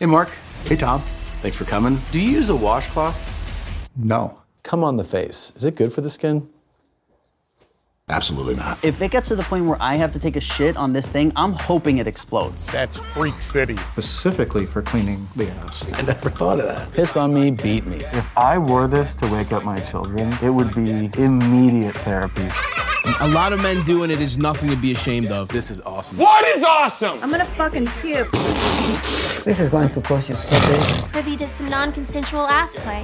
Hey, Mark. Hey, Tom. Thanks for coming. Do you use a washcloth? No, Come on the face. Is it good for the skin? absolutely not. If it gets to the point where I have to take a shit on this thing, I'm hoping it explodes. That's Freak City. Specifically for cleaning the house. I never thought of that. Piss on me, beat me. If I wore this to wake up my children, it would be immediate therapy. A lot of men doing it is nothing to be ashamed of. This is awesome. What is awesome? I'm gonna fucking puke. This is going to cost you something. Privy to some non consensual ass play.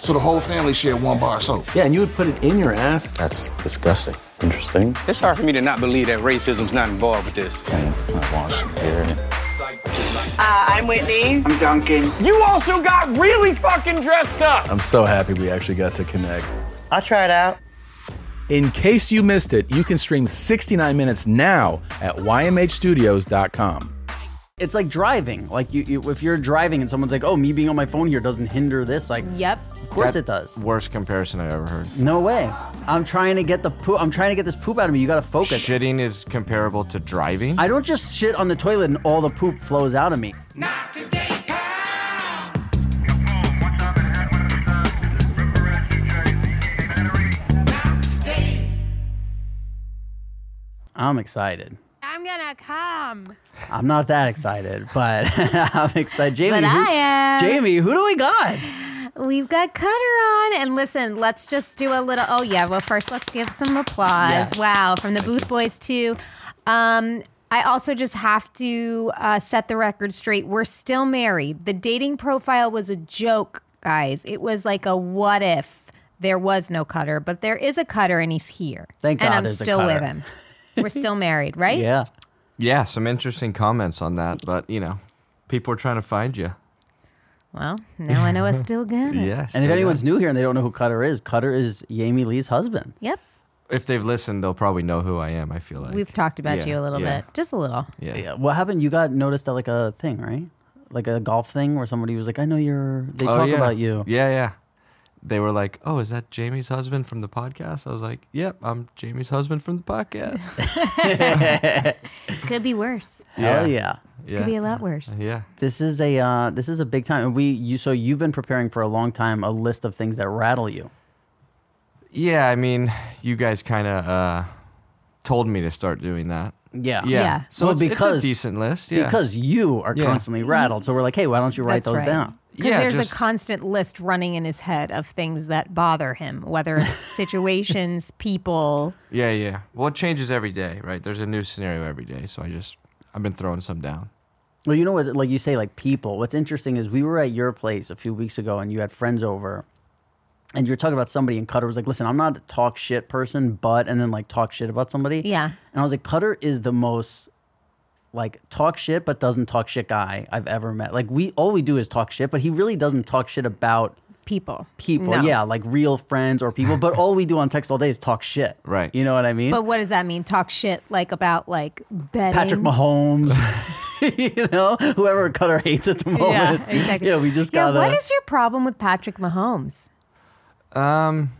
So the whole family shared one bar of soap. Yeah, and you would put it in your ass. That's disgusting. Interesting. It's hard for me to not believe that racism's not involved with this. I want some beer. I'm Whitney. I'm dunking. You also got really fucking dressed up. I'm so happy we actually got to connect. I'll try it out. In case you missed it, you can stream 69 minutes now at ymhstudios.com. It's like driving. Like you, you, if you're driving and someone's like, "Oh, me being on my phone here doesn't hinder this." Like, Yep. of course it does. Worst comparison I've ever heard. No way. I'm trying to get the poop. I'm trying to get this poop out of me. You gotta focus. Shitting is comparable to driving. I don't just shit on the toilet and all the poop flows out of me. I'm excited. I'm gonna come. I'm not that excited, but I'm excited. Jamie, But who, I am. Jamie, who do we got? We've got Cutter on. And listen, let's just do a little. Oh, yeah. Well, first, let's give some applause. Yes. Wow. From the Booth Boys, too. Um, I also just have to uh, set the record straight. We're still married. The dating profile was a joke, guys. It was like a what if there was no Cutter, but there is a Cutter and he's here. Thank and God I'm there's a still with Cutter. him. We're still married, right? Yeah. Yeah, some interesting comments on that, but you know, people are trying to find you. Well, now I know I still got it. Yes. And if anyone's new here and they don't know who Cutter is, Cutter is Jamie Lee's husband. Yep. if they've listened, they'll probably know who I am. I feel like We've talked about Yeah, you a little yeah, bit, just a little. Yeah. Yeah. What happened? You got noticed at like a thing, right? Like a golf thing where somebody was like, I know you're, they Oh, talk yeah. about you. Yeah, yeah. They were like, "Oh, is that Jamie's husband from the podcast?" I was like, "Yep, I'm Jamie's husband from the podcast." Could be worse. Hell yeah. yeah, Could be a lot worse. yeah. This is a uh, this is a big time. And we you so you've been preparing for a long time a list of things that rattle you. Yeah, I mean, you guys kind of uh, told me to start doing that. Yeah. Yeah. Yeah. So Well, it's, because, because- it's a decent list. Yeah. Because you are Yeah. constantly rattled. So we're like, hey, why don't you write those That's right. down? Because Yeah, there's just- a constant list running in his head of things that bother him, whether it's situations, people. yeah, yeah. Well, it changes every day, right? There's a new scenario every day, so I just I've been throwing some down. Well, you know what? Like you say, like people. What's interesting is we were at your place a few weeks ago, and you had friends over, and you were talking about somebody, and Cutter was like, "Listen, I'm not a talk shit person, but," and then like talk shit about somebody. Yeah. And I was like, Cutter is the most like talk shit but doesn't talk shit guy I've ever met. Like we all we do is talk shit, but he really doesn't talk shit about People. people. No. Yeah, like real friends or people. But all we do on text all day is talk shit. Right. You know what I mean? But what does that mean? Talk shit like about like betting. Patrick Mahomes. you know, whoever Cutter hates at the moment. Yeah, exactly. Yeah, we just Yeah, gotta. what is your problem with Patrick Mahomes? Um,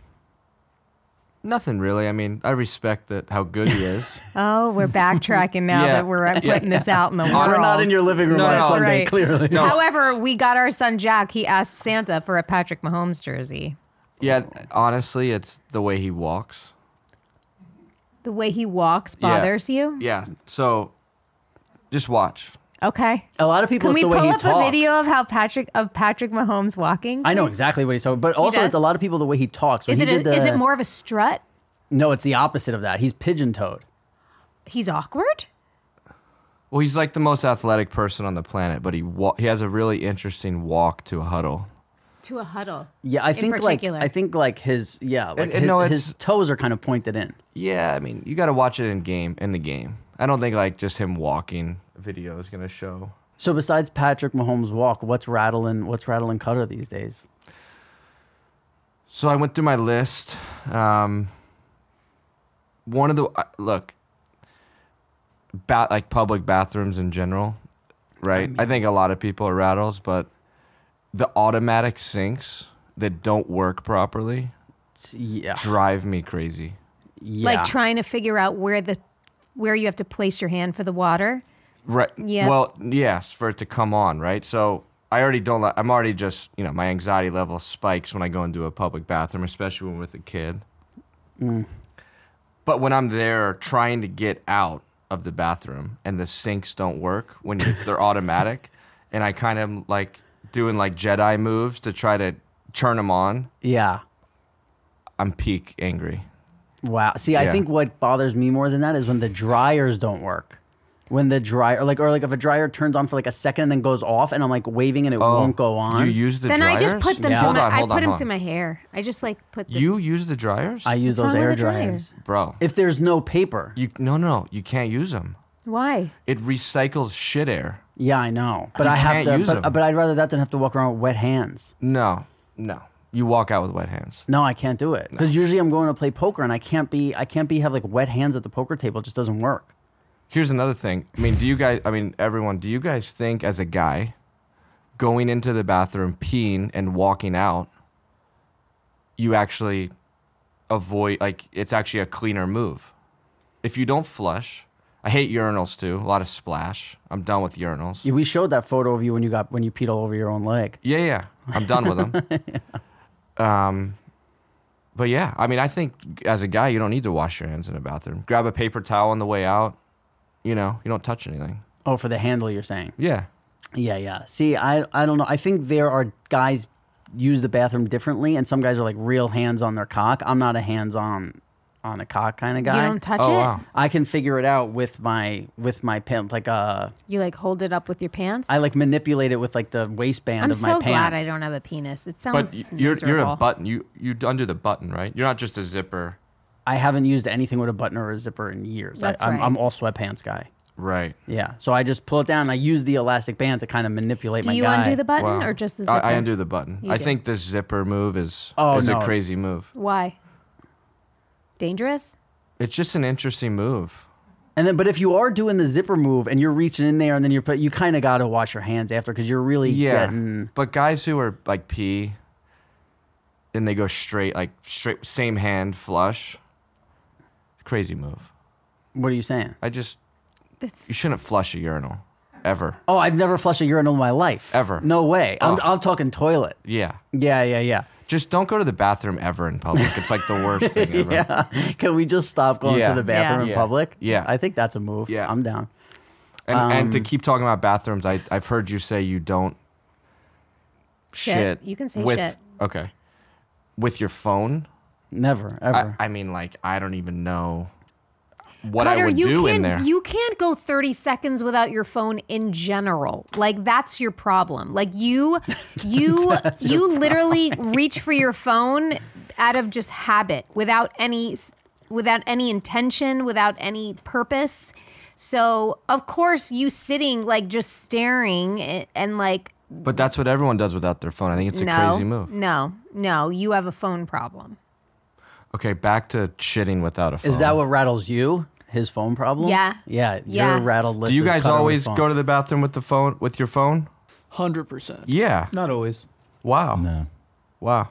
nothing really. I mean, I respect that how good he is. Oh, we're backtracking now Yeah. that we're uh, Yeah. putting this out in the world. We're not in your living room No, on no. Sunday, Right. clearly. No. However, we got our son Jack. He asked Santa for a Patrick Mahomes jersey. yeah, honestly, it's the way he walks. The way he walks Yeah. bothers you. Yeah. So, just watch. Okay. A lot of people, Can it's we the pull way he up talks. a video of how Patrick of Patrick Mahomes walking? I know exactly what he's talking about, but also does? it's a lot of people the way he talks. When Is he it a, did the- is it more of a strut? No, it's the opposite of that. He's pigeon toed. He's awkward. Well, he's like the most athletic person on the planet, but he wa- he has a really interesting walk to a huddle. To a huddle. Yeah, I In think like particular. I think like his yeah, like and his, no, it's- his toes are kind of pointed in. Yeah, I mean, you got to watch it in game in the game. I don't think like just him walking video is gonna show. So besides Patrick Mahomes' walk, what's rattling? What's rattling Cutter these days? So I went through my list. Um, one of the uh, look, ba- like public bathrooms in general, right? I, think a lot of people are rattles, but the automatic sinks that don't work properly, yeah, drive me crazy. Yeah, Like trying to figure out where the where you have to place your hand for the water. Right. Yeah. Well, yes, for it to come on, right? So I already don't. Like, I'm already just, you know, my anxiety level spikes when I go into a public bathroom, especially when with a kid. Mm. But when I'm there trying to get out of the bathroom and the sinks don't work when it's, they're automatic, and I kind of like doing like Jedi moves to try to turn them on, yeah. I'm peak angry. Wow. See, I Yeah. think what bothers me more than that is when the dryers don't work. When the dryer, like, or like if a dryer turns on for like a second and then goes off, and I'm like waving and it won't go on. Oh, you use the then I just dryers? put them. Yeah. Through Hold my, on, hold I on, put them hold through on. my hair. I just like put. The, You use the dryers? I use What's those wrong with air the dryer? dryers, bro. If there's no paper, you no no you can't use them. why? It recycles shit air. Yeah, I know, but You I have can't to. use But, them. but I'd rather that than have to walk around with wet hands. No, no. You walk out with wet hands. No, I can't do it because usually I'm going to play poker and I can't be. I can't be have like wet hands at the poker table. It just doesn't work. Here's another thing. I mean, do you guys, I mean, everyone, do you guys think as a guy going into the bathroom, peeing, and walking out, you actually avoid, like, it's actually a cleaner move? If you don't flush, I hate urinals too, a lot of splash. I'm done with urinals. Yeah, We showed that photo of you when you got when you peed all over your own leg. Yeah, yeah. I'm done with them. Um, but yeah, I mean, I think as a guy, you don't need to wash your hands in a bathroom. Grab a paper towel on the way out. You know, you don't touch anything. Oh, for the handle, you're saying? Yeah. Yeah, yeah. See, I I don't know. I think there are guys use the bathroom differently, and some guys are like real hands on their cock. I'm not a hands on on a cock kind of You guy. don't touch Oh, it? wow. I can figure it out with my with my pimp. Like uh, You like hold it up with your pants. I like manipulate it with like the waistband am of my so pants. glad I don't have a penis. It sounds. But y- you're you're a miserable. button. You you undo the button, right? You're not just a zipper. I haven't used anything with a button or a zipper in years. That's I, I'm, right. I'm all sweatpants guy. Right. Yeah. So I just pull it down and I use the elastic band to kind of manipulate Do my you guy. undo the button or just the zipper? I, I undo the button. You I do. think the zipper move is Oh, is no. a crazy move. Why? Dangerous. It's just an interesting move. And then, but if you are doing the zipper move and you're reaching in there and then you're, put, you kind of got to wash your hands after because you're really yeah. getting. But guys who are like pee, and they go straight, like straight, same hand flush. Crazy move. What are you saying? I just That's- you shouldn't flush a urinal ever, Oh, I've never flushed a urinal in my life. ever. Oh. No way. I'm, Ugh. I'm talking toilet. Yeah. Yeah, yeah, yeah. Just don't go to the bathroom ever in public. It's like the worst thing ever. yeah. Can we just stop going Yeah. to the bathroom Yeah. in Yeah. public? Yeah. I think that's a move. Yeah. I'm down. And, and to Um, keep talking about bathrooms, I, I've heard you say you don't Shit. shit. You can say with, shit. Okay. With your phone? Never, ever. I, I mean, like, I don't even know what Cutter, I would you do can't, in there. You can't go 30 seconds without your phone in general. Like that's your problem. Like you you you literally reach for your phone out of just habit without any without any intention, without any purpose. So, of course, you sitting like just staring a- and like but that's what everyone does without their phone. I think it's a no, crazy move. No. No, you have a phone problem. Okay, back to shitting without a phone. Is that what rattles you? His phone problem? Yeah. Yeah. Yeah. Your rattled list. Do you is guys Cutter with always phone. go to the bathroom with the phone with your phone? Hundred percent. Yeah. Not always. Wow. No. Wow.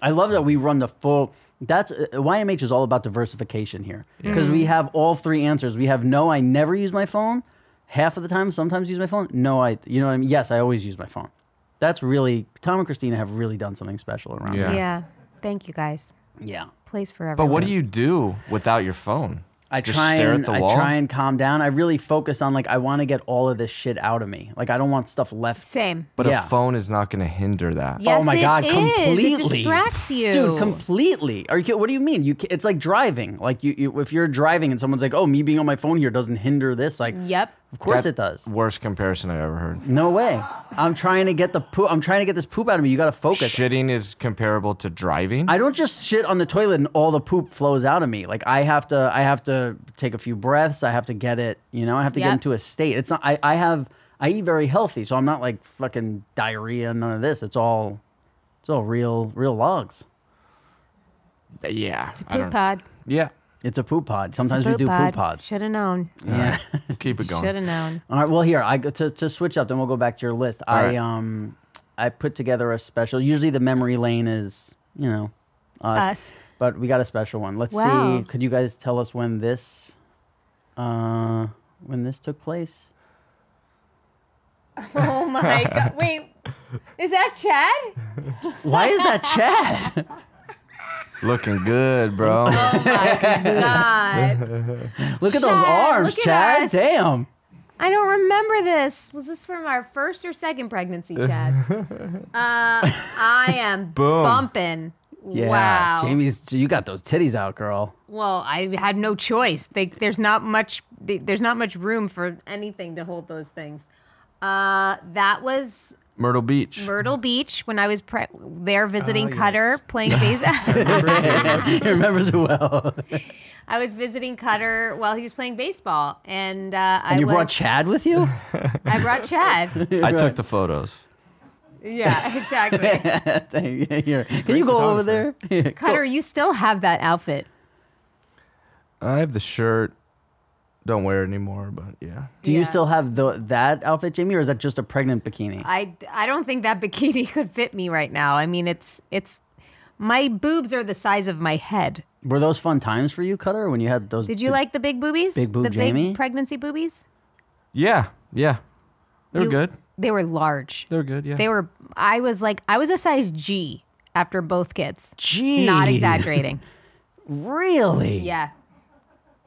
I love that we run the full. That's uh, YMH is all about diversification here Yeah. because Mhm. we have all three answers. We have no, I never use my phone. Half of the time, sometimes use my phone. No, I. You know what I mean? Yes, I always use my phone. That's really Tom and Christina have really done something special around. Yeah. that. Thank you guys. Yeah. Place forever. But what do you do without your phone? I Just try stare and at the I wall. try and calm down. I really focus on like I want to get all of this shit out of me. Like I don't want stuff left. Same. but Yeah. a phone is not going to hinder that. oh my it god, is. It completely distracts you. dude. Completely. Are you? kid- What do you mean? You? ca- It's like driving. Like you, you, if you're driving and someone's like, "Oh, me being on my phone here doesn't hinder this." Like, Yep. Of course That it does. Worst comparison I've ever heard. No way. I'm trying to get the poop. I'm trying to get this poop out of me. You got to focus. Shitting is comparable to driving. I don't just shit on the toilet and all the poop flows out of me. Like I have to, I have to take a few breaths. I have to get it. You know, I have to Yep. get into a state. It's not. I, I have. I eat very healthy, so I'm not like fucking diarrhea, none of this. It's all it's all real real logs. Yeah. It's a I poop don't- pod. Yeah. It's a poop pod. Sometimes we do poop pods. Should have known. Yeah. Keep it Should have known. All right. Well, here I to to switch up. Then we'll go back to your list. All I right. um I put together a special. Usually the memory lane is you know us, Us. but we got a special one. Let's Wow. see. Could you guys tell us when this uh when this took place? Oh my god! Wait, is that Chad? Why is that Chad? Looking good, bro. God. Look at those Chad, arms, look at Chad. us. Damn. I don't remember this. Was this from our first or second pregnancy, Chad? uh, I am Boom. bumping. Yeah. wow. Jamie's. You got those titties out, girl. Well, I had no choice. They, there's not much. They, there's not much room for anything to hold those things. Uh, that was Myrtle Beach. Myrtle Beach when I was pre- there visiting Ah, Cutter playing base. he remembers it well. I was visiting Cutter while he was playing baseball, and uh, I and you was, brought Chad with you? I brought Chad. I took the photos. Yeah, exactly. Thank you. Can you go over there? Yeah, go- Cutter, you still have that outfit. I have the shirt. Don't wear it anymore, but yeah. Do you still have the, that outfit, Jamie, or is that just a pregnant bikini? I, I don't think that bikini could fit me right now. I mean, it's it's my boobs are the size of my head. Were those fun times for you, Cutter, when you had those? Did you big- like the big boobies? Big boob the Jamie? big pregnancy boobies? Yeah, yeah. They were You- good. They were large. They were good, yeah. They were I was like I was a size G after both kids. G. Not exaggerating. Really? Yeah.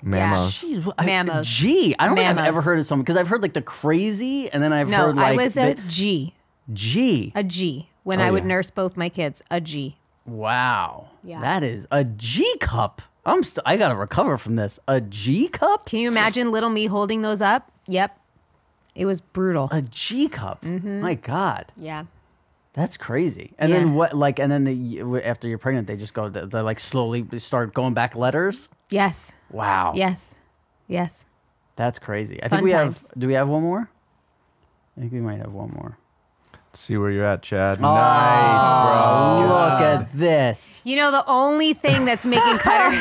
Mammos. Jeez, wh- I- Mammos. G. I don't think I've Mammos. ever heard of someone because I've heard like the crazy, and then I've no, heard like I was the- a G. G. A G. When Oh, I would yeah. nurse both my kids, a G. Wow. Yeah. That is a G cup. I'm st- I gotta recover from this. A G cup. Can you imagine little me holding those up? Yep. It was brutal. A G cup. Mm-hmm. My God. Yeah. That's crazy. And then what? Like, and then the, after you're pregnant, they just go. They, they like slowly start going back letters. Yes. Wow. Yes. Yes. That's crazy. I Fun think we times. have. Do we have one more? I think we might have one more. See where you're at, Chad. nice, bro. Look at this. You know, the only thing that's making Cutter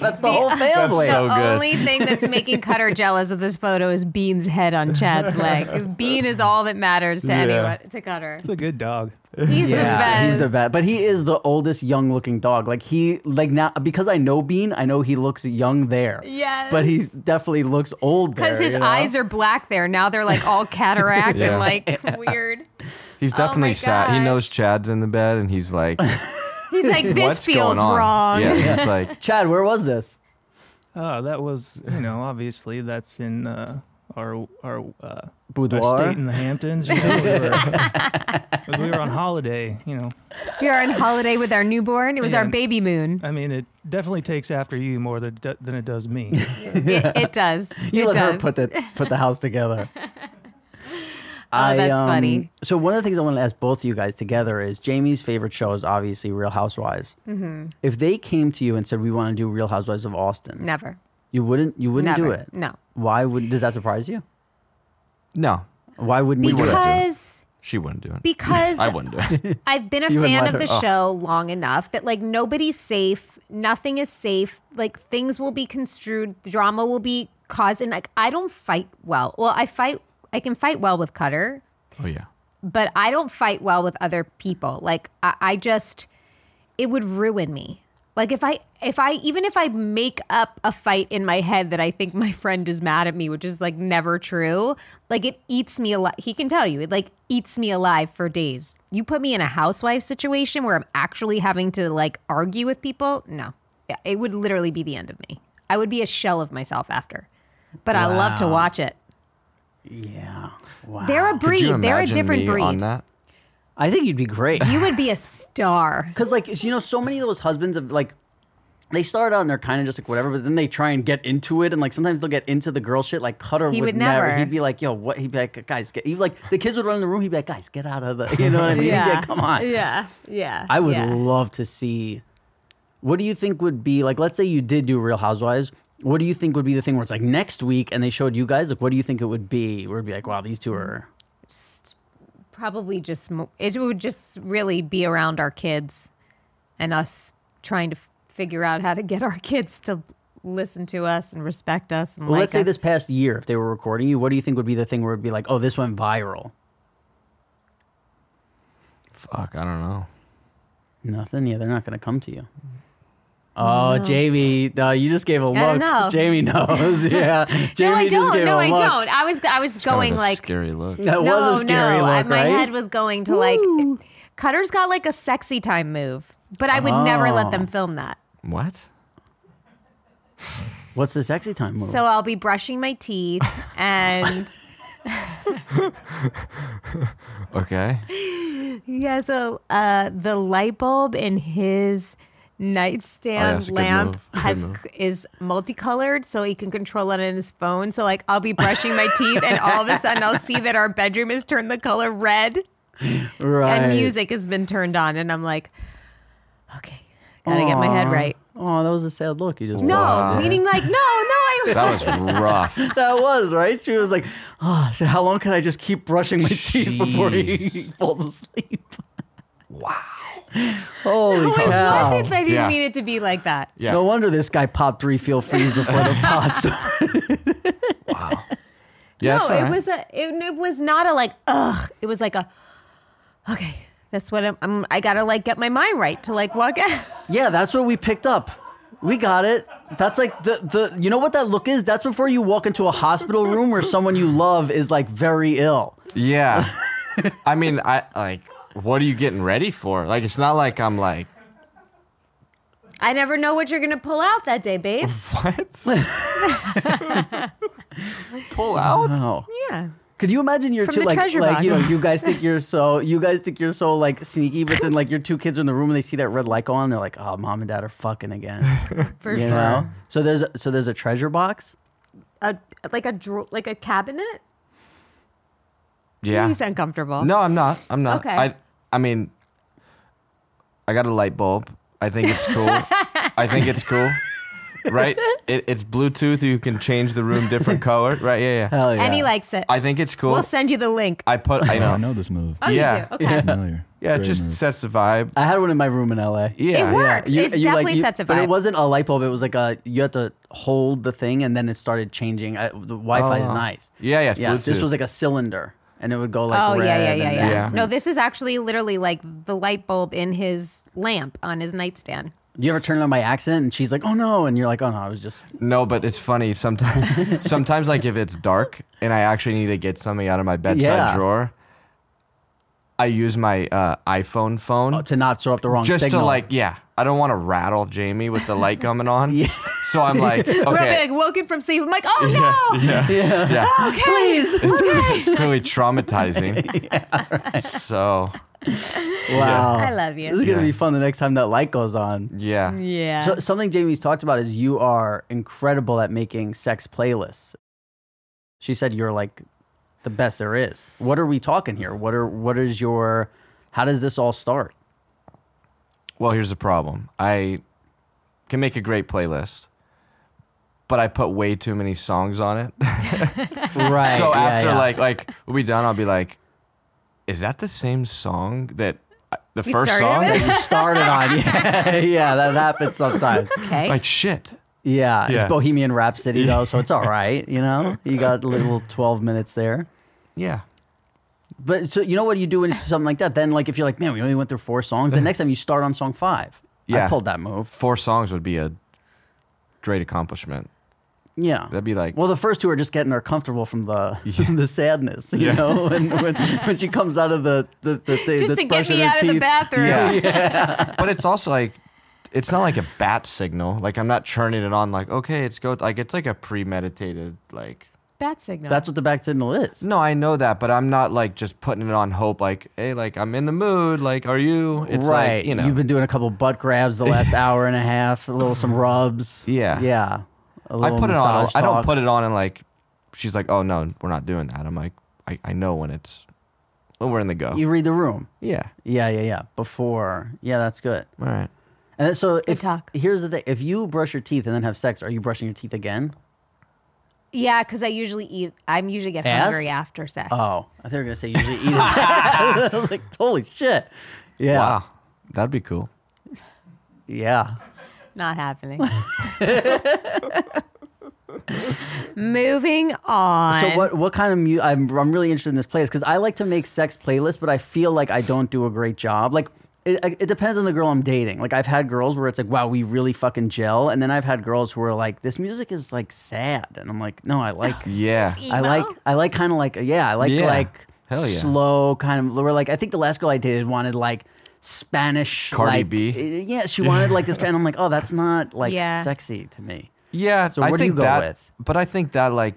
That's the whole family. the only thing that's making Cutter jealous of this photo is Bean's head on Chad's leg. Bean is all that matters to Yeah. anyone to Cutter. It's a good dog. He's the best. he's the best. But he is the oldest young looking dog. Like he like now because I know Bean, I know he looks young there. Yes. But he definitely looks old Because his eyes are black there. Now they're like all cataract Yeah. and like weird. He's Oh definitely my sad. He gosh. knows Chad's in the bed, and he's like, He's like, this What's going feels on?" wrong. Yeah, he's like, Chad, where was this? Oh, that was you know obviously that's in uh, our our uh, Boudoir? estate in the Hamptons. You know, we, were, 'cause we were on holiday. You know, We are on holiday with our newborn. It was our And- baby moon. I mean, it definitely takes after you more than than it does me. It, it does. You it let does. her put the put the house together. Oh, that's funny. um, um, So one of the things I want to ask both of you guys together is Jamie's favorite show is obviously Real Housewives. Mhm. If they came to you and said we want to do Real Housewives of Austin, Never. you wouldn't you wouldn't do Never. it. No. Why would does that surprise you? No. Why wouldn't you do it? Because she wouldn't do it. Because- I wouldn't do it. I've been a You wouldn't fan let of the her- oh. show long enough that like nobody's safe, nothing is safe. Like things will be construed, drama will be caused, and like I don't fight well. Well, I fight, I can fight well with Cutter, Oh yeah. but I don't fight well with other people. Like I, I just, it would ruin me. Like if I, if I, even if I make up a fight in my head that I think my friend is mad at me, which is like never true. Like it eats me alive. He can tell you, it like eats me alive for days. You put me in a housewife situation where I'm actually having to like argue with people. No, Yeah, it would literally be the end of me. I would be a shell of myself after. But I love to Wow. watch it. Yeah. Wow. They're a Could you breed. They're a imagine different me breed. On that? I think you'd be great. You would be a star. Because like you know, so many of those husbands of like they start out and they're kind of just like whatever, but then they try and get into it, and like sometimes they'll get into the girl shit. Like Cutter He would would never. never. He'd be like, "Yo, what?" He'd be like, "Guys, get." He'd like the kids would run in the room. He'd be like, "Guys, get out of the." You know what I mean? Yeah. come on. Yeah. Yeah. I would yeah. love to see. What do you think would be like? Let's say you did do Real Housewives. What do you think would be the thing where it's like next week and they showed you guys? Like, what do you think it would be? Where it'd be like, wow, these two are. Probably just mo- it would just really be around our kids and us trying to f- figure out how to get our kids to listen to us and respect us and Well, like let's say us. this past year, if they were recording you, what do you think would be the thing where it'd be like, oh, this went viral? Fuck, I don't know. Nothing. Yeah, they're not going to come to you. Oh, No. Jamie, uh, you just gave a I look. don't know. Jamie knows. Yeah. Jamie no, I just don't. gave No, a I look. don't. I was I was going like scary look. That was a scary no, I- look, my right? head was going to like Cutter's got like a sexy time move, but I would never let them Oh. film that. What? What's the sexy time move? So I'll be brushing my teeth and Okay. yeah, so uh, the light bulb in his Oh, yeah, nightstand it's a good lamp move. Good has move. is multicolored so he can control it on his phone. So like I'll be brushing my teeth and all of a sudden I'll see that our bedroom has turned the color red right. and music has been turned on and I'm like gotta get my head Aw. right. Oh, that was a sad look you just. no, Wow. meaning like no, no, I Oh, that was right. She was like, "Oh, so how long can I just keep brushing my teeth before he falls asleep?" wow. Holy No, it cow! wasn't. I didn't mean it to be like that. No wonder this guy popped three feel freeze before the pot started. Yeah, no, it's all it right. was a. It, it was not a like. Ugh. It was like a. Okay, that's what I'm. I'm I gotta like get my mind right to like walk out. Yeah, that's what we picked up. We got it. That's like the the you know what that look is? That's before you walk into a hospital room where someone you love is like very ill. Yeah. I mean, I like. What are you getting ready for? Like, it's not like I'm like. I never know what you're gonna pull out that day, babe. Pull out? Wow. Yeah. Could you imagine you're From two the like treasure like you know box. you guys think you're so you guys think you're so like sneaky, but then like your two kids are in the room and they see that red light go on, they're like, oh, mom and dad are fucking again. For you sure. know? So there's so there's a treasure box. A like a drawer, like a cabinet. Yeah. He's uncomfortable. No, I'm not. I'm not. Okay. I I mean, I got a light bulb. I think it's cool. I think it's cool. Right? It, it's Bluetooth. You can change the room different color. Right? Yeah, yeah. Hell And he likes it. I think it's cool. We'll send you the link. I put. I know. I know this move. Oh, you yeah. do? Okay. Familiar. Yeah. It Great just move. sets the vibe. I had one in my room in LA. Yeah, It works. yeah. It's definitely sets a But vibe. it wasn't a light bulb. It was like a you had to hold the thing and then it started changing. I, the Wi-Fi is Oh. nice. Yeah, yeah, it's This Bluetooth. was like a cylinder, and it would go like oh red. yeah, yeah, yeah, and yeah, then- No, this is actually literally like the light bulb in his lamp on his nightstand. You ever turn it on by accident and she's like, "Oh no," and you're like, "Oh no, I was just." No, but it's funny sometimes. sometimes, like if it's dark and I actually need to get something out of my bedside Yeah. drawer, I use my uh, iPhone phone uh, Oh, to not throw up the wrong Just signal. to like, yeah, I don't want to rattle Jamie with the light coming on. So I'm like, Where I'm okay, like woken from sleep. I'm like, oh no. yeah, yeah, Oh, okay. Please. Okay. It's really traumatizing. So, Wow. I love you. This is gonna Yeah. be fun the next time that light goes on. Yeah. Yeah. So something Jamie's talked about is you are incredible at making sex playlists. She said you're like the best there is. What are we talking here? What are what is your how does this all start? well, here's the problem. I can make a great playlist, but I put way too many songs on it. Right. So yeah, after yeah. like like we'll be done, I'll be like, is that the same song that I- the We first started song with? That you started on? Yeah, yeah, that happens sometimes. It's okay. Like shit. Yeah, Yeah. it's Bohemian Rhapsody though, so it's all right. You know, you got a little twelve minutes there. Yeah. But so you know what you do when it's something like that? Then like if you're like, man, we only went through four songs. The next time you start on song five. Yeah. I pulled that move. Four songs would be a great accomplishment. Yeah. That'd be like Well, the first two are just getting her comfortable from the from the sadness, you Yeah. know. And when, when she comes out of the the, the thing, Just the to get brushing me her out of the teeth. bathroom. Yeah. yeah. but it's also like it's not like a bat signal. Like I'm not churning it on like, okay, it's go like it's like a premeditated like Bat signal. That's what the back signal is. No, I know that, but I'm not like just putting it on hope like, hey, like I'm in the mood, like are you? It's right. like, you know. You've been doing a couple butt grabs the last hour and a half, a little some rubs. Yeah. Yeah. A I little put it on. massage I don't talk. put it on and like, she's like, oh no, we're not doing that. I'm like, I, I know when it's when we're in the go. You read the room. Yeah. Yeah, yeah, yeah. Before. Yeah, that's good. All right. And then- so, if here's the thing: if you brush your teeth and then have sex, are you brushing your teeth again? Yeah, because I usually eat. I'm usually get Ass? hungry after sex. Oh, I thought you were gonna say usually eat. I was like, holy shit. Yeah. Wow. That'd be cool. Yeah. Not happening. Moving on. So what what kind of music? I'm I'm really interested in this playlist because I like to make sex playlists, but I feel like I don't do a great job. Like it, I- it depends on the girl I'm dating. Like I've had girls where it's like, wow, we really fucking gel, and then I've had girls who are like, this music is like sad, and I'm like, no, I like yeah, I like I like kind of like yeah, I like Yeah. like Hell yeah. slow kind of. Where like I think the last girl I dated wanted like. Spanish Cardi like, B? eh, Yeah, she wanted like this, and I'm like, oh, that's not like Yeah. sexy to me. Yeah. So I what do you think go that- with? But I think that like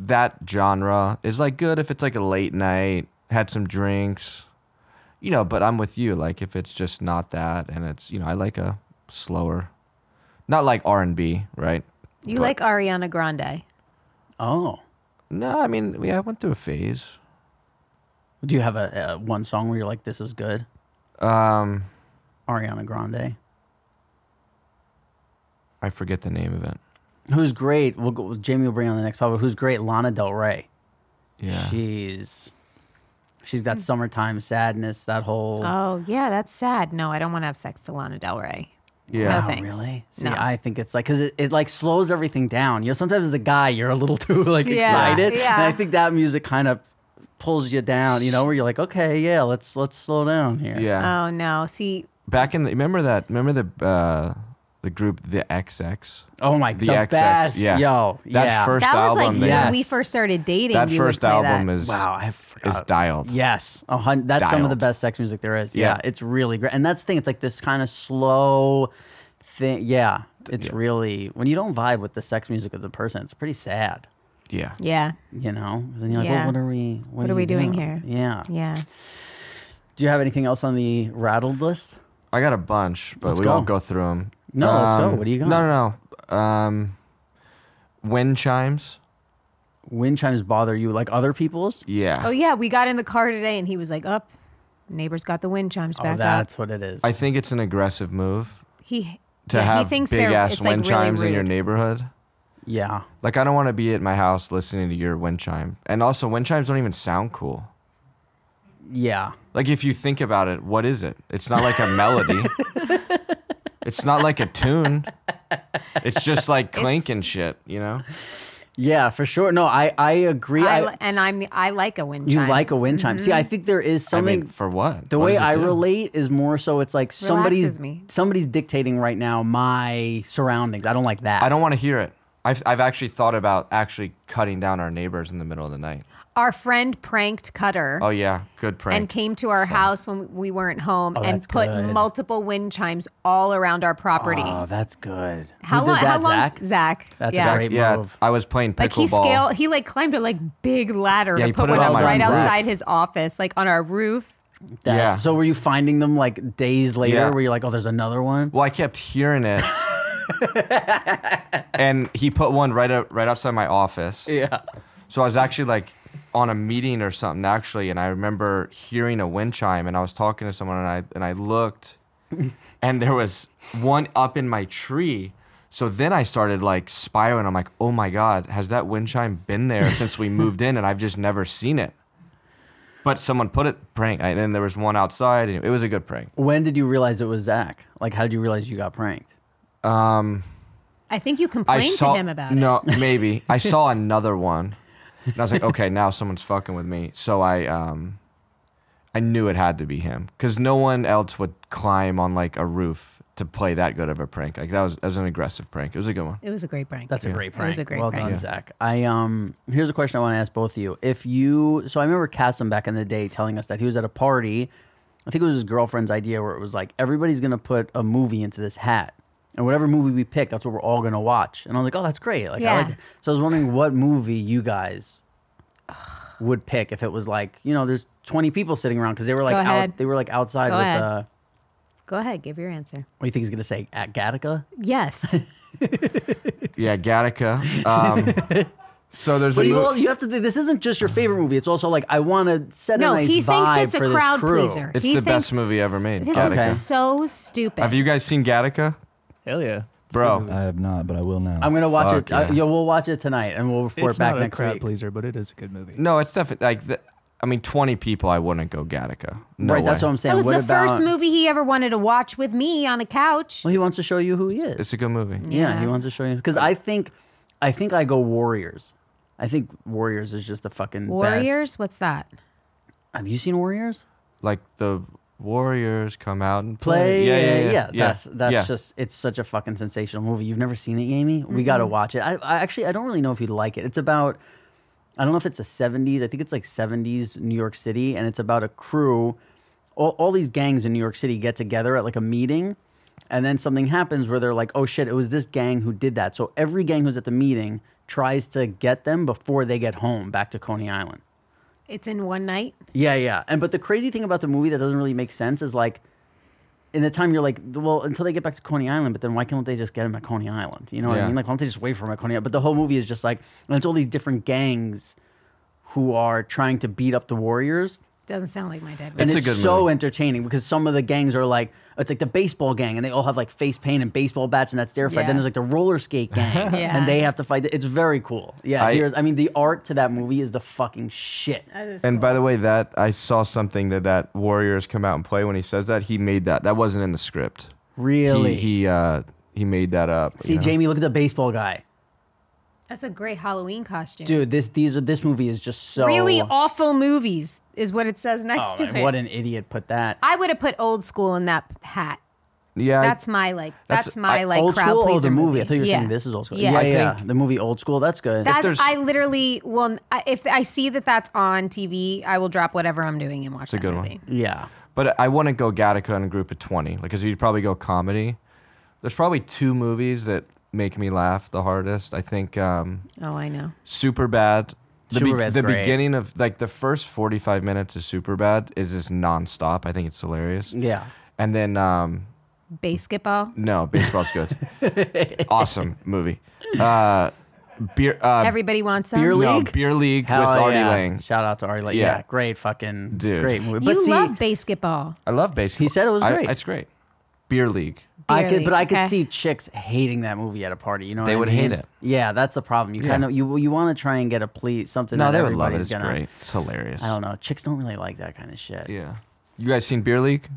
that genre is like good if it's like a late night, had some drinks, you know. But I'm with you. Like if it's just not that, and it's you know I like a slower, not like R and B, right? you But- like Ariana Grande? Oh. No, I mean, yeah, I went through a phase. Do you have a, a one song where you're like, "This is good"? Um, Ariana Grande, I forget the name of it. who's great. We'll go, Jamie will bring on the next public. Who's great? Lana Del Rey. Yeah. she's she's got summertime sadness. That whole Oh yeah, that's sad. No, I don't want to have sex to Lana Del Rey. Yeah. no Wow, thanks. Oh, really? See, no. I think it's like because it, it like slows everything down. You know, sometimes as a guy, you're a little too like Yeah, excited, yeah. and I think that music kind of pulls you down. You know, where you're like, okay, yeah, let's let's slow down here. Yeah. Oh no. See, Back in the remember that remember the uh the group the XX. Oh my- the best. Yo, that yeah. first that was album. like they- when we first started dating. That we would first play album that. is Wow, Uh, I is dialed. Yes, a hun- that's some of the Dialed. best sex music there is. Yeah. Yeah. it's really great, and that's the thing. It's like this kind of slow thing. Yeah, it's really when you don't vibe with the sex music of the person, it's pretty sad. Yeah, Yeah. you know, 'Cause then you're like, Yeah. what, what are we? What, What are we doing here? Yeah, Yeah. Do you have anything else on the rattled list? I got a bunch, but Let's we go. won't go through them. No, let's go. What do you got? No, no, no. Um, wind chimes. Wind chimes bother you like other people's? Yeah. Oh yeah, we got in the car today, and he was like, "Up, neighbors got the wind chimes Oh, back up." Oh, what it is. I think it's an aggressive move He to yeah, have he thinks big they're ass it's like wind really chimes in your rude. neighborhood. Yeah. Like I don't want to be at my house listening to your wind chime. And also, wind chimes don't even sound cool. Yeah. Like if you think about it, what is it? It's not like a melody. It's not like a tune. It's just like clanking shit, you know? Yeah, for sure. No, I I agree. I, I, li- and I'm the- I like a wind you chime. like a wind chime. See, Mhm. I think there is I something mean, for what? The What way does it I do? relate is more so it's like somebody's Relaxes me. somebody's dictating right now my surroundings. I don't like that. I don't want to hear it. I've, I've actually thought about actually cutting down our neighbors in the middle of the night. Our friend pranked Cutter. Oh, yeah. Good prank. And came to our house when we weren't home Oh, and that's put good. multiple wind chimes all around our property. Ah, Oh, that's good. How Who did long- that, how long- Zach? Zach, That's a yeah. great yeah, move. I was playing pickleball. Like he scale, he like climbed a like big ladder Yeah, to he put, put it one on up my right roof. outside his office, like on our roof. That's- Yeah. So were you finding them like days later Yeah. where you're like, oh, there's another one? Well, I kept hearing it. and he put one right up, right outside my office. Yeah. So I was actually like on a meeting or something actually, and I remember hearing a wind chime, and I was talking to someone, and I and I looked, and there was one up in my tree. So then I started like spiraling. I'm like, oh my god, has that wind chime been there since we moved in, and I've just never seen it. But someone put it prank, and then there was one outside, and it was a good prank. When did you realize it was Zach? Like, how did you realize you got pranked? Um, I think you complained to him about it. no, maybe I saw another one, and I was like, okay, now someone's fucking with me. So I, um, I knew it had to be him because no one else would climb on like a roof to play that good of a prank. Like that was, that was an aggressive prank. It was a good one. It was a great prank. That's a Yeah. great It prank. was a great well prank. done, Yeah. Zach. I um here's a question I want to ask both of you. If you so I remember Cassim back in the day telling us that he was at a party. I think it was his girlfriend's idea where it was like everybody's gonna put a movie into this hat. And whatever movie we pick, that's what we're all gonna watch. And I was like, Oh, that's great. Like I Yeah. like it. So I was wondering what movie you guys would pick if it was like, you know, there's twenty people sitting around because they were like Go ahead. out they were like outside Go with ahead. uh Go ahead, give your answer. what do you think he's gonna say? At Gattaca? Yes. Yeah, Gattaca. Um, So there's But a you, mo- all, you have to think this isn't just your favorite movie. It's also like I want to set No, a nice he thinks vibe it's a for this crowd crew. pleaser. It's He the thinks- best movie ever made. This Gattaca. is so stupid. Have you guys seen Gattaca? Hell yeah, bro. I have not, but I will now. I'm gonna watch Fuck it. uh, yeah. yo, we'll watch it tonight and we'll report it's back not a next crowd week. pleaser, but it is a good movie. No, it's definitely like. The, I mean, 20 people. I wouldn't go Gattaca. No right, that's way. what I'm saying. that was what the about, first movie he ever wanted to watch with me on a couch. Well, he wants to show you who he is. It's a good movie. Yeah, Yeah. he wants to show you because I think, I think I go Warriors. I think Warriors is just the fucking Warriors? What's that? Best. Have you seen Warriors? Like the Warriors come out and play. Play, yeah, yeah, That's that's yeah. just it's such a fucking sensational movie. You've never seen it, Amy? We got to watch it. I, I actually I don't really know if you'd like it. It's about I don't know if it's the 70s. I think it's like 70s New York City, and it's about a crew. All, all these gangs in New York City get together at like a meeting, and then something happens where they're like, oh shit, it was this gang who did that. So every gang who's at the meeting tries to get them before they get home back to Coney Island. It's in one night. Yeah, yeah. And but the crazy thing about the movie that doesn't really make sense is like, in the time you're like, well, until they get back to Coney Island, but then why can't they just get him at Coney Island? You know what Yeah. I mean? Like, why don't they just wait for him at Coney Island? But the whole movie is just like, and it's all these different gangs who are trying to beat up the Warriors. Doesn't sound like my type. And It's it's, a good so movie. entertaining because some of the gangs are like, it's like the baseball gang and they all have like face paint and baseball bats and that's their fight. Yeah. Then there's like the roller skate gang Yeah. and they have to fight. It's very cool. Yeah. I- I, I mean, the art to that movie is the fucking shit. And by the way, that I saw something that that Warriors come out and play when he says that he made that. That wasn't in the script. Really? He he, uh, he made that up. See, you know? Jamie, look at the baseball guy. That's a great Halloween costume. Dude, this these are this movie is just so Really awful movies is what it says next Oh, to man, it. what an idiot put that. I would have put old school in that hat. Yeah. I- that's my like. That's, that's- my I- like old crowd school or pleaser the movie? I thought you were yeah. saying this is old school. Yeah. Yeah, yeah, I the movie old school. That's good. That's, there's- I literally will. I- If I see that that's on TV, I will drop whatever I'm doing and watch a that good one. movie. yeah, But I wouldn't go Gattaca in a group of 20. Like, because you'd probably go comedy. There's probably two movies that make me laugh the hardest. I think um, Oh, I know. Super Bad. The, Superbad's the great. beginning of, like, the first 45 minutes of Super Bad is just nonstop. I think it's hilarious. yeah. And then, um, Basketball. no, baseball's good. awesome movie. Uh, beer, uh, Everybody wants them. Beer no, League? Beer League Hell with Artie yeah. Lang. Shout out to Artie Lang. Yeah. Yeah, great fucking Dude. great movie. But You see, love basketball. I love baseball. He said it was I- great. it's great. Beer League. I Beer could, but League, I could okay. see chicks hating that movie at a party. You know, They what I would hate mean? it. Yeah, that's the problem. You Yeah. kind of you you want to try and get a plea something. No, that they would love it. everybody's It's gonna- great. It's hilarious. I don't know. Chicks don't really like that kind of shit. Yeah. You guys seen Beer League?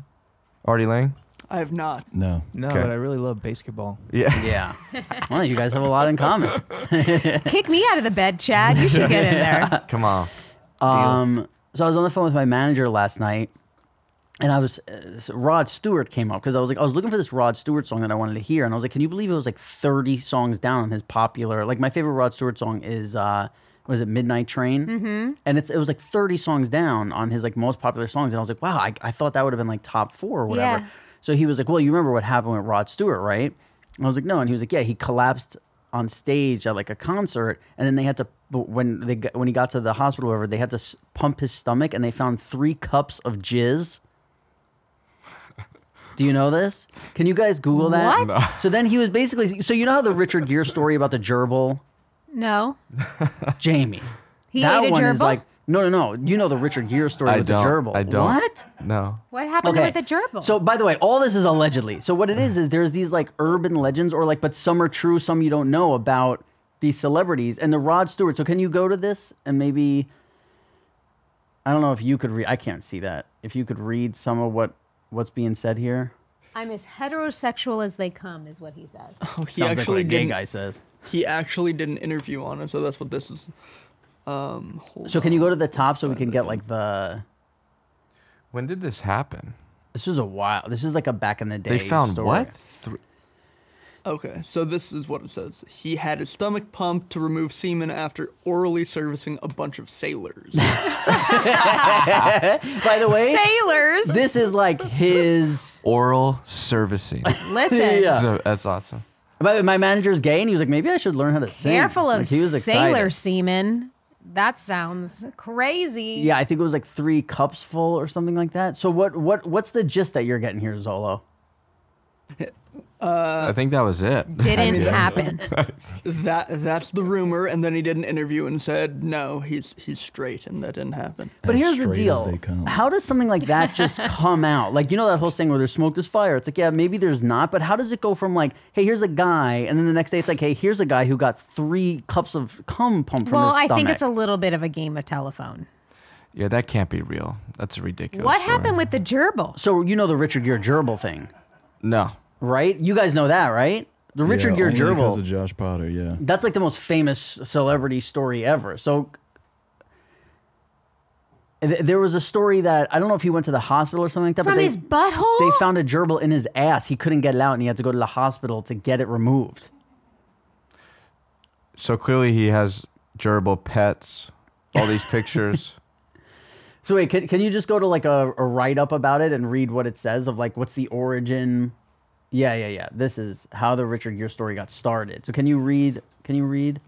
Artie Lang? I have not. No. No, Okay. but I really love basketball. Yeah. Yeah. well, you guys have a lot in common. Kick me out of the bed, Chad. You should get in there. Come on. Um, so I was on the phone with my manager last night, and I was uh, so Rod Stewart came up because I was like I was looking for this Rod Stewart song that I wanted to hear, and I was like, can you believe it was like thirty songs down on his popular? Like my favorite Rod Stewart song is uh, was it Midnight Train, mm-hmm. and it's it was like thirty songs down on his like most popular songs, and I was like, wow, I, I thought that would have been like top four or whatever. Yeah. So he was like, well, you remember what happened with Rod Stewart, right? And I was like, no, and he was like, yeah, he collapsed on stage at like a concert, and then they had to but when they got, when he got to the hospital, or whatever, they had to s- pump his stomach, and they found three cups of jizz. Do you know this? Can you guys Google that? What? No. So then he was basically. So you know how the Richard Gere story about the gerbil, No, Jamie. He that ate a one gerbil? is like no, no, no. You know the Richard Gere story I with don't. the gerbil. I don't. What? No. what happened Okay. with the gerbil? So by the way, all this is allegedly. So what it is is there's these like urban legends or like but some are true, some you don't know about these celebrities and the Rod Stewart. So can you go to this and maybe I don't know if you could read I can't see that. If you could read some of what what's being said here. I'm as heterosexual as they come, is what he says. Oh, Sounds he like actually what a gay didn't- guy says. He actually did an interview on him, so that's what this is. Um, hold So can you go to the top so we can get like the When did this happen? this was a while. This is like a back in the day. They found story. what? Thr- Okay, so this is what it says. He had his stomach pumped to remove semen after orally servicing a bunch of sailors. By the way, Sailors, this is like his Oral servicing. listen. Yeah. So that's awesome. my, my manager's gay and he was like maybe I should learn how to sing. Careful of Like, he was excited. sailor semen. That sounds crazy. Yeah, I think it was like three cups full or something like that. So what what what's the gist that you're getting here, Zolo? Uh, I think that was it. Didn't Yeah. happen. that that's the rumor, and then he did an interview and said, "No, he's he's straight," and that didn't happen. But here's the deal. How does something like that just come out? Like, you know that whole thing where there's smoke, there's fire. It's like, yeah, maybe there's not, but how does it go from like, hey, here's a guy, and then the next day it's like, hey, here's a guy who got three cups of cum pumped from well, his I stomach? think it's a little bit of a game of telephone. Yeah, that can't be real. That's ridiculous. what happened with the gerbil? So you know the Richard Gere gerbil thing? No. Right? You guys know that, right? The Richard yeah, Gere only because gerbil. of Josh Potter. Yeah. that's like the most famous celebrity story ever. So th- there was a story that I don't know if he went to the hospital or something like that. From but they, his butthole? They found a gerbil in his ass. He couldn't get it out, and he had to go to the hospital to get it removed. So clearly he has gerbil pets. All these pictures. So wait, can, can you just go to like a, a write up about it and read what it says of like what's the origin? Yeah, yeah, yeah. This is how the Richard Gere story got started. So can you read? Can you read?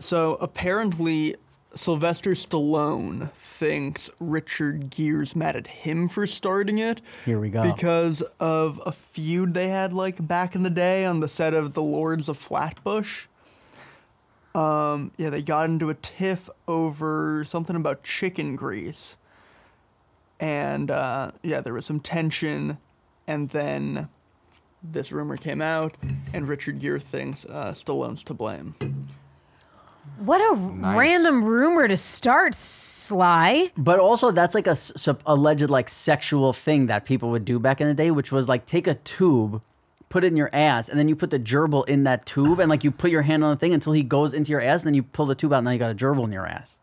So apparently, Sylvester Stallone thinks Richard Gere's mad at him for starting it. Here we go. Because of a feud they had like back in the day on the set of The Lords of Flatbush. Um, yeah, they got into a tiff over something about chicken grease. And uh, yeah, there was some tension. And then this rumor came out, and Richard Gere thinks uh, Stallone's to blame. What a random rumor to start, Sly. But also, that's like a s- sup- alleged like sexual thing that people would do back in the day, which was like take a tube, put it in your ass, and then you put the gerbil in that tube, and like you put your hand on the thing until he goes into your ass, and then you pull the tube out, and then you got a gerbil in your ass.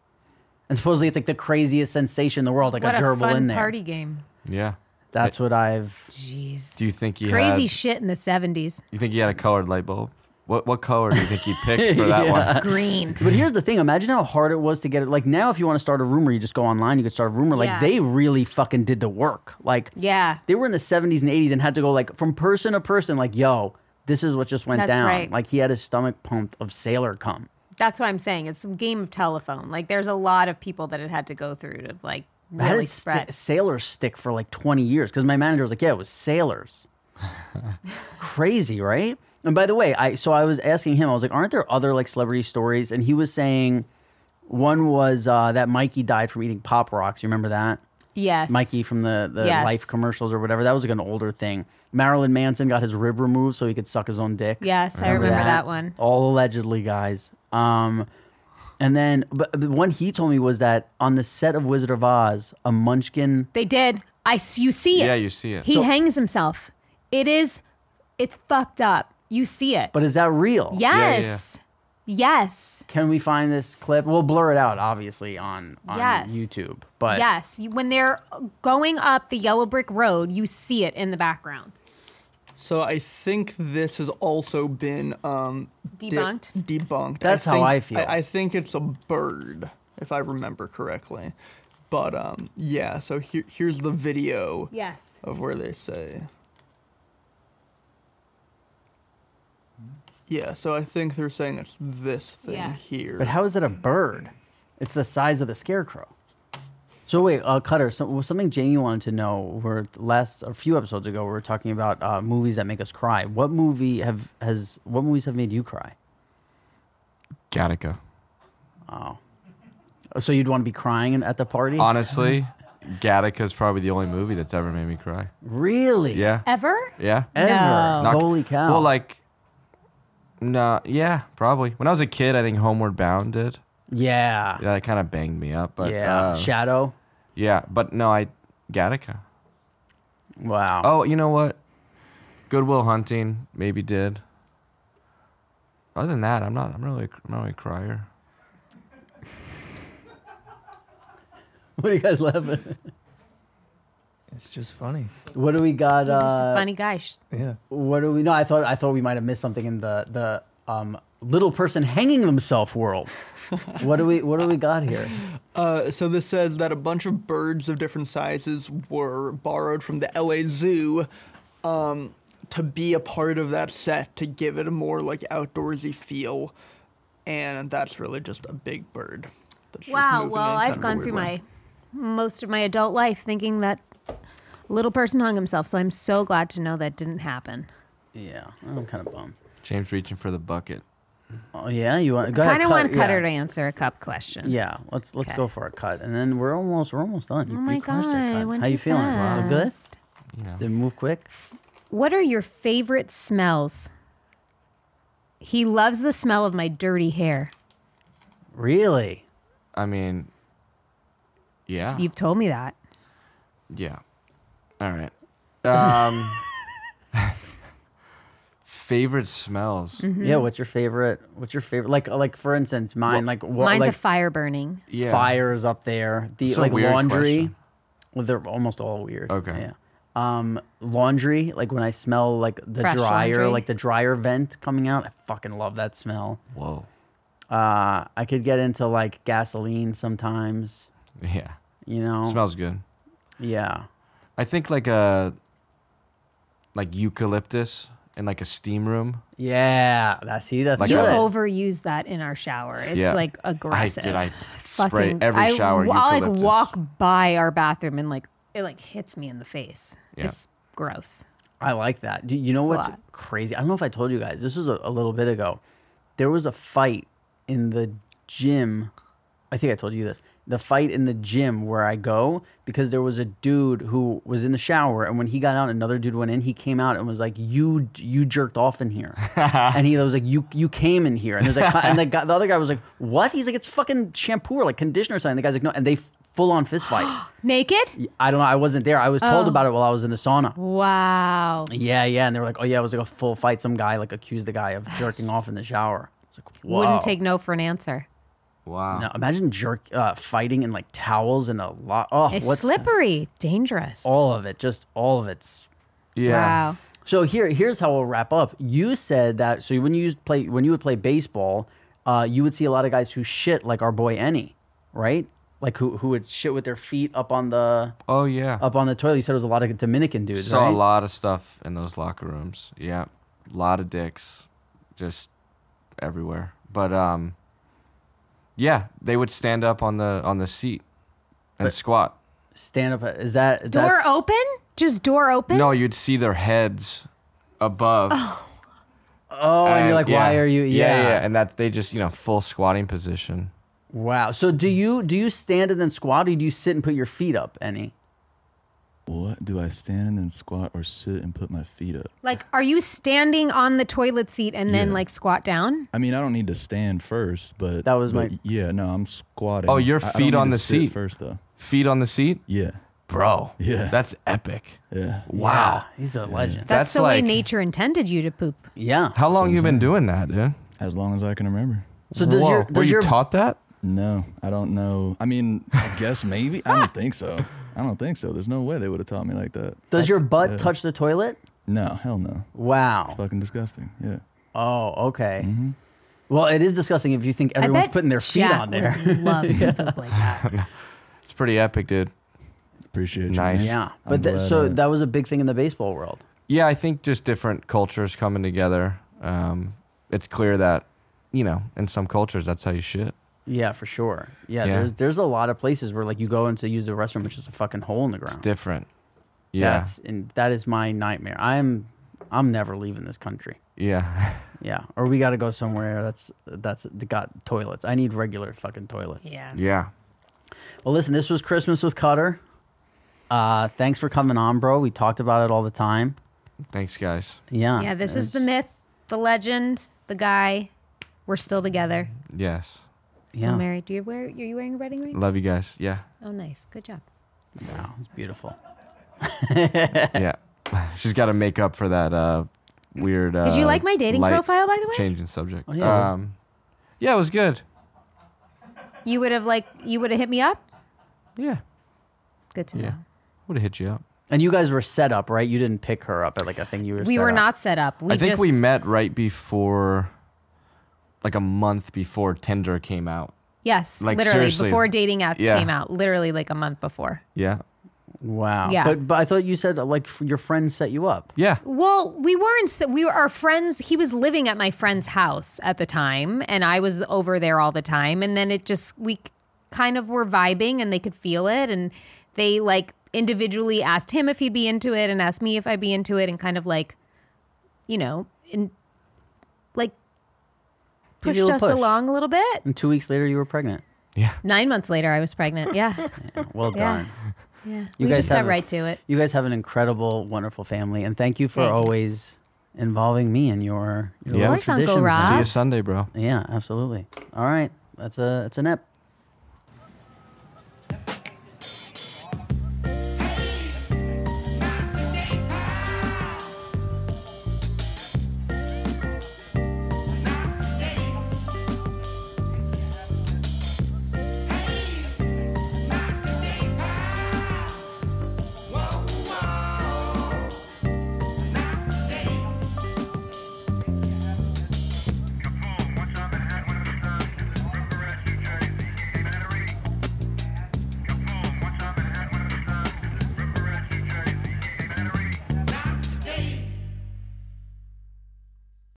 And supposedly, it's like the craziest sensation in the world, like what a gerbil fun in there. party game. Yeah. That's what I've. Jeez. Do you think he Crazy had, shit in the 70s. You think he had a colored light bulb? What what color do you think he picked for that Yeah. one? But here's the thing: imagine how hard it was to get it. Like now, if you want to start a rumor, you just go online. You could start a rumor. Like Yeah. they really fucking did the work. Like Yeah. they were in the 70s and 80s and had to go like from person to person. Like yo, this is what just went That's down. right. Like he had his stomach pumped of sailor cum. That's what I'm saying. It's a game of telephone. Like, there's a lot of people that it had to go through to, like, I had really it sti- spread. sailor stick for like 20 years because my manager was like, yeah, it was sailors. Crazy, right? And by the way, I so I was asking him, I was like, aren't there other like celebrity stories? And he was saying one was uh, that Mikey died from eating Pop Rocks. You remember that? yes. Mikey from the, the Yes. Life commercials or whatever. That was like an older thing. Marilyn Manson got his rib removed so he could suck his own dick. Yes, I remember that one. All allegedly, guys. Um, and then, but the one he told me was that on the set of Wizard of Oz, a Munchkin. They did. I s- you see it. Yeah, you see it. He So- hangs himself. It is. It's fucked up. You see it. But is that real? Yes. Yes. Can we find this clip? We'll blur it out, obviously, on, on Yes. YouTube. But yes. You- When they're going up the yellow brick road, you see it in the background. So I think this has also been um, de- Debunked? debunked. That's how think- I feel. I, think it's a bird, if I remember correctly. But um, yeah. So here, here's the video. Yes. Of where they say. Yeah. So I think they're saying it's this thing Yeah. here. But how is that a bird? It's the size of the scarecrow. So wait, uh, Cutter, so, something Jamie wanted to know. Were last a few episodes ago, we were talking about uh, movies that make us cry. What movie have has what movies have made you cry? Gattaca. Oh, so you'd want to be crying at the party? Honestly, Gattaca is probably the only movie that's ever made me cry. really? Yeah. Ever? Yeah. Ever. No. Holy cow. Well, like, no, yeah, probably. When I was a kid, I think Homeward Bound did. Yeah. Yeah, that kind of banged me up. But Yeah. uh, Shadow. Yeah, but no, I Gattaca. Wow. Oh, you know what? Goodwill Hunting maybe did. Other than that, I'm not. I'm really. I'm not really a crier. What are you guys laughing? It's just funny. What do we got? You're just a uh, funny guy. Sh- Yeah. What do we? No, I thought I thought we might have missed something in the the um, little person hanging themselves world. what do we? What do we got here? Uh, so this says that a bunch of birds of different sizes were borrowed from the LA Zoo um, to be a part of that set to give it a more like outdoorsy feel, and that's really just a big bird. That's just Wow. moving Well, in kind of I've a gone weird through way. my most of my adult life thinking that little person hung himself. So I'm so glad to know that didn't happen. Yeah, I'm kind of bummed. James reaching for the bucket. Oh yeah, you want? Go I ahead, kind of want yeah. Cutter to answer a cup question. Yeah, let's let's Okay. go for a cut, and then we're almost we're almost done. You, Oh my you crushed it, God, Cut. went How too you feeling? Feel good? Did it move quick? What are your favorite smells? He loves the smell of my dirty hair. Really? I mean, yeah. You've told me that. Yeah. All right. Um, favorite smells. Mhm. Yeah. What's your favorite? What's your favorite? Like like for instance, mine like what Mine's like a fire burning. Yeah. fire is up there. The It's a like weird laundry. Well, they're almost all weird. Okay. Yeah. Um, laundry. Like when I smell like the Fresh dryer, laundry. like the dryer vent coming out. I fucking love that smell. Whoa. Uh, I could get into like gasoline sometimes. Yeah. You know. Smells good. Yeah. I think like a like eucalyptus in like a steam room. Yeah. That's see. That's Like you a- overuse that in our shower. It's Yeah. like I- did aggressive. I spray every I- shower I'll like eucalyptus. walk by our bathroom and like it like hits me in the face. Yeah. It's gross. I like that. Do you know It's a what's lot. crazy? I don't know if I told you guys. This was a, a little bit ago. There was a fight in the gym. I think I told you this. The fight in the gym where I go because there was a dude who was in the shower and when he got out, another dude went in. He came out and was like, "You you jerked off in here," and he was like, "You you came in here." And there's like, and the, guy, the other guy was like, "What?" He's like, "It's fucking shampoo or like conditioner or something." The guy's like, "No," and they full on fist fight. Naked? I don't know. I wasn't there. I was told Oh. about it while I was in the sauna. Wow. Yeah, yeah. And they were like, oh, yeah, it was like a full fight. Some guy like accused the guy of jerking off in the shower. It's like, whoa. Wouldn't take no for an answer. Wow. No, imagine jerk uh, fighting in like towels and a lot. Oh, it's what's slippery, dangerous. Oh, all of it? Just all of it's. Yeah. Wow. So here, here's how we'll wrap up. You said that so when you used play when you would play baseball, uh, you would see a lot of guys who shit like our boy Enny, right? Like who who would shit with their feet up on the oh yeah up on the toilet. You said it was a lot of Dominican dudes. Saw right? a lot of stuff in those locker rooms. Yeah, a lot of dicks, just everywhere. But um, yeah, they would stand up on the on the seat and squat. Stand up is that Door that's- open? Just door open? No, you'd see their heads above. Oh, Oh, and, you're like, why are you? Yeah, yeah, and that's they just you know full squatting position. Wow. So do you do you stand and then squat, or do you sit and put your feet up? Any? What do I stand and then squat or sit and put my feet up? Like, are you standing on the toilet seat and then Yeah. like squat down? I mean, I don't need to stand first, but that was my yeah. No, I'm squatting. Oh, your I- I don't feet need on to the sit seat first though. Feet on the seat. Yeah, bro. Yeah, that's epic. Yeah, Wow, he's a legend. That's, the way nature intended you to poop. Yeah. How long you been doing that, dude? As long as I can remember. So does your- Whoa, does were you your- taught that? No, I don't know. I mean, I guess maybe. I don't think so. I don't think so. There's no way they would have taught me like that. Does your butt yeah. touch the toilet? No, hell no. Wow. It's fucking disgusting. Yeah. Oh, okay. Well, it is disgusting if you think I everyone's bet putting their feet Jack on there. would love to Yeah. poop like It's pretty epic, dude. Appreciate Nice. Yeah. But th- so that was a big thing in the baseball world. yeah, I think just different cultures coming together. Um, it's clear that you know, in some cultures, that's how you shit. Yeah, for sure. Yeah, Yeah. There's there's a lot of places where like you go in to use the restroom, it's just a fucking hole in the ground. Different. Yeah. That's and that is my nightmare. I'm I'm never leaving this country. yeah. Yeah, or we got to go somewhere that's that's got toilets. I need regular fucking toilets. Yeah. Yeah. Well, listen, this was Christmas with Cutter. Uh, thanks for coming on, bro. We talked about it all the time. Thanks, guys. Yeah. yeah, this is it's- the myth, the legend, the guy. We're still together. Yes. Still married. Do you wear? Are you wearing a wedding ring? Love you guys. Yeah. Oh, nice. Good job. Wow, it's beautiful. yeah. She's got to make up for that uh, weird. Uh, Did you like my dating light- profile, by the way? Changing subject. Oh, yeah. Um, yeah, it was good. You would have like you would have hit me up. Yeah. Good to know. Yeah. Would have hit you up. And you guys were set up, right? You didn't pick her up at like a thing you were. We set were up. not set up. We I think just, we met right before, like a month before Tinder came out. Yes, Like, literally seriously. before dating apps Yeah. came out. Literally like a month before. Yeah. Wow. Yeah. But but I thought you said uh, like f- your friend set you up. Yeah. Well, we weren't. s- We were our friends. He was living at my friend's house at the time, and I was over there all the time. And then it just we k- kind of were vibing, and they could feel it, and they like individually asked him if he'd be into it, and asked me if I'd be into it, and kind of like you know, and like Give pushed you a little us push. along a little bit. And two weeks later, you were pregnant. Nine months later, I was pregnant. Yeah. Well Yeah. done. Yeah. we just have got a- right to it. You guys have an incredible, wonderful family, and thank you for Thank you. always involving me in your, your Yeah. little Of course, Uncle traditions. Rob. See you Sunday, bro. Yeah, absolutely. All right, that's a that's an ep.